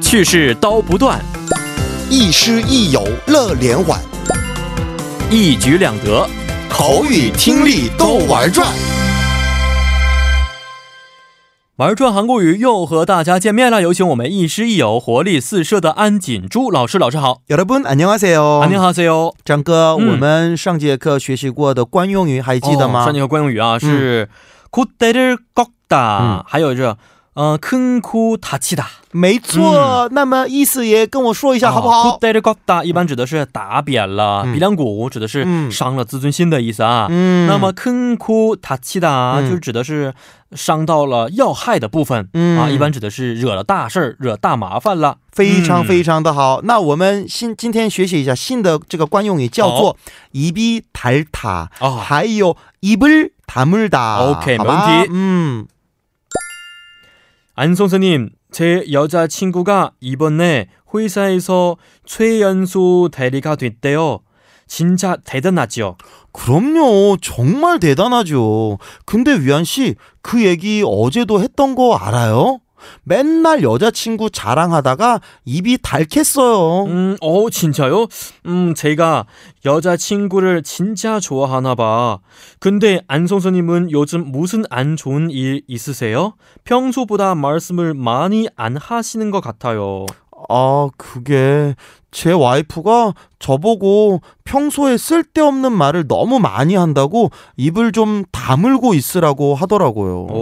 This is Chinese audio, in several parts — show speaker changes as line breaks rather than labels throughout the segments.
去世刀不断，
亦师亦友乐连环，
一举两得。
口语听力都玩转。
玩转韩国语又和大家见面了，有请我们亦师亦友、活力四射的安锦珠老师。老师好，啊
여러분 안녕하세요. 음.
안녕하세요。
张哥，
嗯
我们上节课学习过的惯用语还记得吗？
哦上节课惯用语啊是“콧대를꺾다”，
嗯
还有这“嗯큰코다치다
没错、那么意思也跟我说一”。下好不
哦
好？
콧대를꺾다一般指的是打扁了
嗯
鼻梁骨，指的是
嗯
伤了自尊心的意思啊。
嗯
那么큰코다치다
嗯
就是指的是伤到了要害的部分。
嗯
啊，一般指的是惹了大事儿、惹大麻烦了。
非常
嗯
非常的好。那我们新今天学习一下新的这个惯用语，叫做一比탈타，
哦，
还有一不담물다。 음.
OK，
好吧
没问题
嗯，
안 선생님, 제 여자친구가 이번에 회사에서 최연소 대리가 됐대요. 진짜 대단하죠?
그럼요. 정말 대단하죠. 근데 위안 씨 그 얘기 어제도 했던 거 알아요? 맨날 여자친구 자랑하다가 입이 닳겠어요.
음, 어, 진짜요? 음, 제가 여자친구를 진짜 좋아하나 봐. 근데 안 선생님은 요즘 무슨 안 좋은 일 있으세요? 평소보다 말씀을 많이 안 하시는 것 같아요.
아, 그게 제 와이프가 저보고 평소에 쓸데없는 말을 너무 많이 한다고 입을 좀 다물고 있으라고 하더라고요.
어.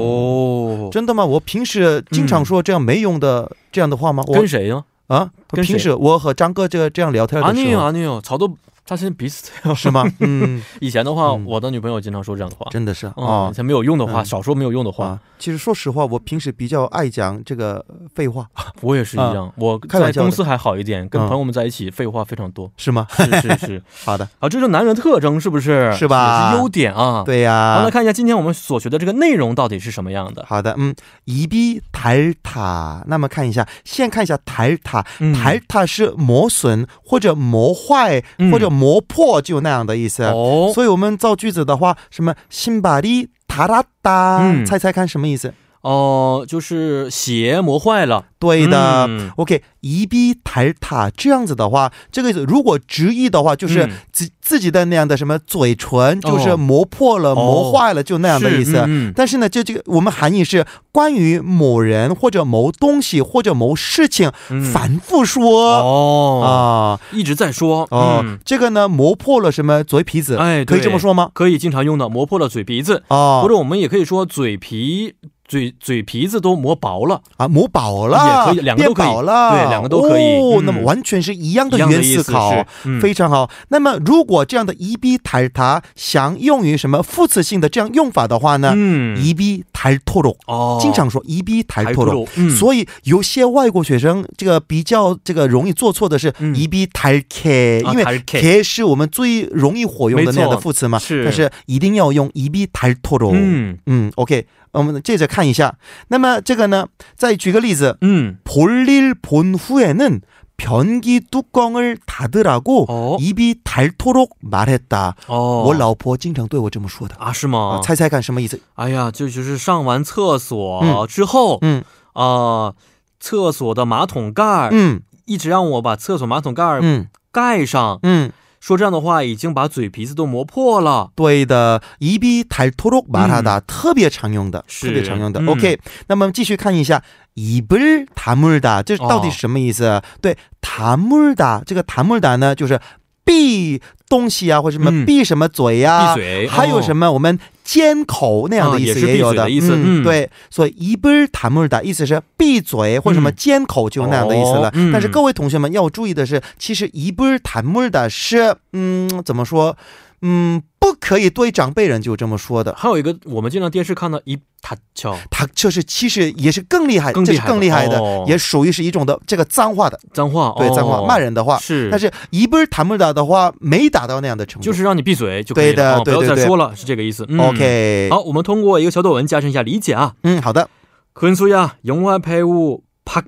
오.
真的吗？我平时经常
음.
说这样没用的、这样的话吗？我
跟谁呢?
啊，
跟谁
平时我和张哥这这样聊天的时
아니에요,
候
아니에요. 저도 사실 비슷해요.
是吗？嗯，
以前的话，
嗯
我的女朋友经常说这样的话。
真的是啊、
啊、以前没有用的话，
嗯
少说没有用的话
啊，，其实说实话，我平时比较爱讲这个呃废话，
我也是一样。我
啊开玩
在
笑的
公司还好一点，跟
嗯
朋友们在一起废话非常 多。
是吗？
是是是，
好的，
啊，这就是男人的特征，是不是？
是吧
也是优点啊。。
对呀、
好，来看一下今天我们所学的这个内容到底是什么样的。
好的，嗯，一比탈타，那么看一下，先看一下탈타，
嗯
탈타是磨损或者磨坏、
嗯
或者磨破，就那样的意思。
哦，
啊所以我们造句子的话，什么신발이닳았다，
嗯
猜猜看什么意思？
哦、就是鞋磨坏了。
对的。
嗯
OK，一比탈타这样子的话，这个意思如果直译的话，就是
嗯
自、自己的那样的什么嘴唇，
哦
就是磨破了、磨坏了，就那样的意思。
是嗯嗯
但是呢，这这个我们含义是关于某人或者某东西或者某事情
嗯
反复说啊、
哦一直在说
哦、
嗯，
这个呢磨破了什么嘴皮子，
哎
可
对
以这么说吗？
可以经常用的，磨破了嘴鼻子，或
哦
者我们也可以说嘴皮嘴嘴皮子都磨薄了。
啊，磨饱了，
也可以两个都可以
变薄了，
对两个都可以
哦
嗯，
那么完全是一样的
一
语
样的
言
意
思
思
考，
是嗯
非常好。那么，如果这样的一比抬塔想用于什么副词性的这样用法的话呢？
嗯，
一比抬脱肉，
哦，
经常说一比抬
还
脱肉。
嗯，
所以有些外国学生这个比较这个容易做错的是
嗯
一比抬 k，
啊
因为
抬 K
k 是我们最容易火用的那样的副词嘛，
是
但是一定要用一比抬脱肉。
嗯
嗯，OK，我们接着看一下。那么这个呢，再举个例子，
嗯
볼 일 본 후에는 변기 뚜껑을 닫으라고
어?
입이 닳도록 말했다.
哦，
我老婆经常对我这么说的。
啊是吗
啊，？猜猜看什么意思？
哎呀，就就是上完厕所
嗯
之后，
嗯
啊，厕所的马桶盖儿
嗯
一直让我把厕所马桶盖儿
嗯
盖上，
嗯，
说这样的话已经把嘴皮子都磨破了。
对的，입이닳도록말하다、特别常用的，
是
特别常用的。
嗯
OK，那么继续看一下。입을다물다，这到底
哦
什么意思？对，다물다这个다물다呢，就是闭东西啊，或者什
嗯
么闭什么嘴呀、
闭嘴，
啊还有什
么？
么我们尖口那样的
哎
意
啊也
思
是闭嘴
有
的意思嗯
嗯，对，所以一本塔木尔达意思是闭嘴或者什么
嗯
尖口就那样的意思了。
哦嗯
但是各位同学们要注意的是，其实一本塔木尔达是嗯怎么说？嗯，不可以对长辈人就这么说的。
哦还有一个，我们经常电视看到一塔敲
他这是其实也是更厉害，
更厉害
这是更厉害的，
哦
也属于是一种的这个脏话的，
脏话，
对、
哦
脏话骂人的话。
是，
但是一本塔木尔达的话没达到那样的程度，
就是让你闭嘴就可以
对的
了，哦不
对
要
对
再
对
说了，是这个意思。嗯
OK。
好，我们通过一个小短文加深一下理解啊。
嗯，好的。
근수야 영화 배우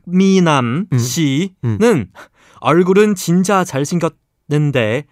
박미남
음.
씨는
음.
얼굴은 진짜 잘생겼는데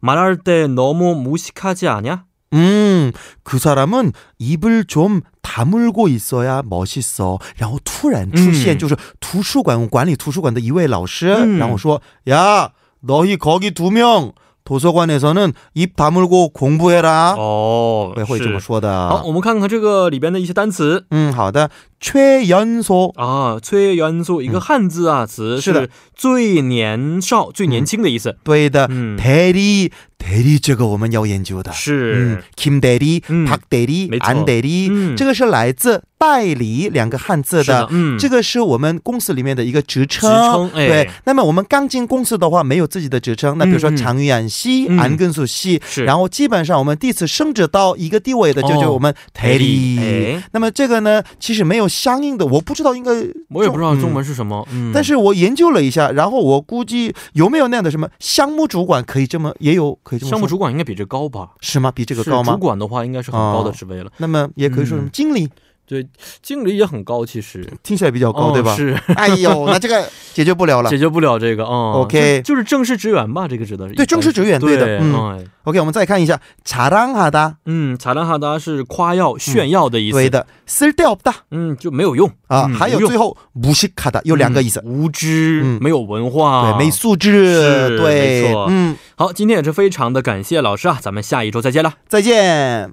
말할 때 너무 무식하지 않냐?
음, 그 사람은 입을 좀 다물고 있어야 멋있어. 然后突然出现
음.
就是图书馆管理图书馆的一位老师
음.
然后说야너희거기두명도서관에서는입 다물고 공부해라.
哦，
会这么
어， 是。
说的。
好，我们看看这个里边的一些单词
嗯，好的。최연소，
啊，崔元素一个汉字啊词
是的
最年少、最年轻的意思。
对的。
嗯，
대리대리这个我们要研究的。嗯
음。 是，
김대리
嗯
박대리
没错
안대리
嗯
这个是来自代理两个汉字
是的
的。
嗯
这个是我们公司里面的一个职称。
职称哎
对，那么我们刚进公司的话，没有自己的职称。那比如说
嗯嗯
常玉安西、
嗯
安根素西，
是
然后基本上我们第一次升职到一个地位的，就
哦
就我们대리。
哎，
那么这个呢，其实没有相应的，我不知道应该，
我也不知道
嗯
中文是什么，嗯，
但是我研究了一下，然后我估计有没有那样的什么项目主管可以这么也有可以这么说
项目主管应该比这高吧？
是吗？比这个
是
高吗
主？管的话应该是很高的
哦
职位了，
那么也可以说什么
嗯
经理，
对，经理也很高，其实
听起来比较
哦
高，对吧？
是
哎呦，那这个解决不了了
解。决不了这个啊。
OK
就就是正式职员吧，这个指的是
对正式职员
对
对的嗯
嗯
OK，我们再看一下자랑하다，
嗯，查兰哈达是夸耀、炫耀的意思，
嗯对的，쓸데없다
嗯，就没有用
啊，
嗯
还有
无用
最后무식하다有两个意思，
嗯无知、
嗯
没有文化，
对，没素质
是，没
对
错，
嗯，
好，今天也是非常的感谢老师啊，咱们下一周再见了。
再见。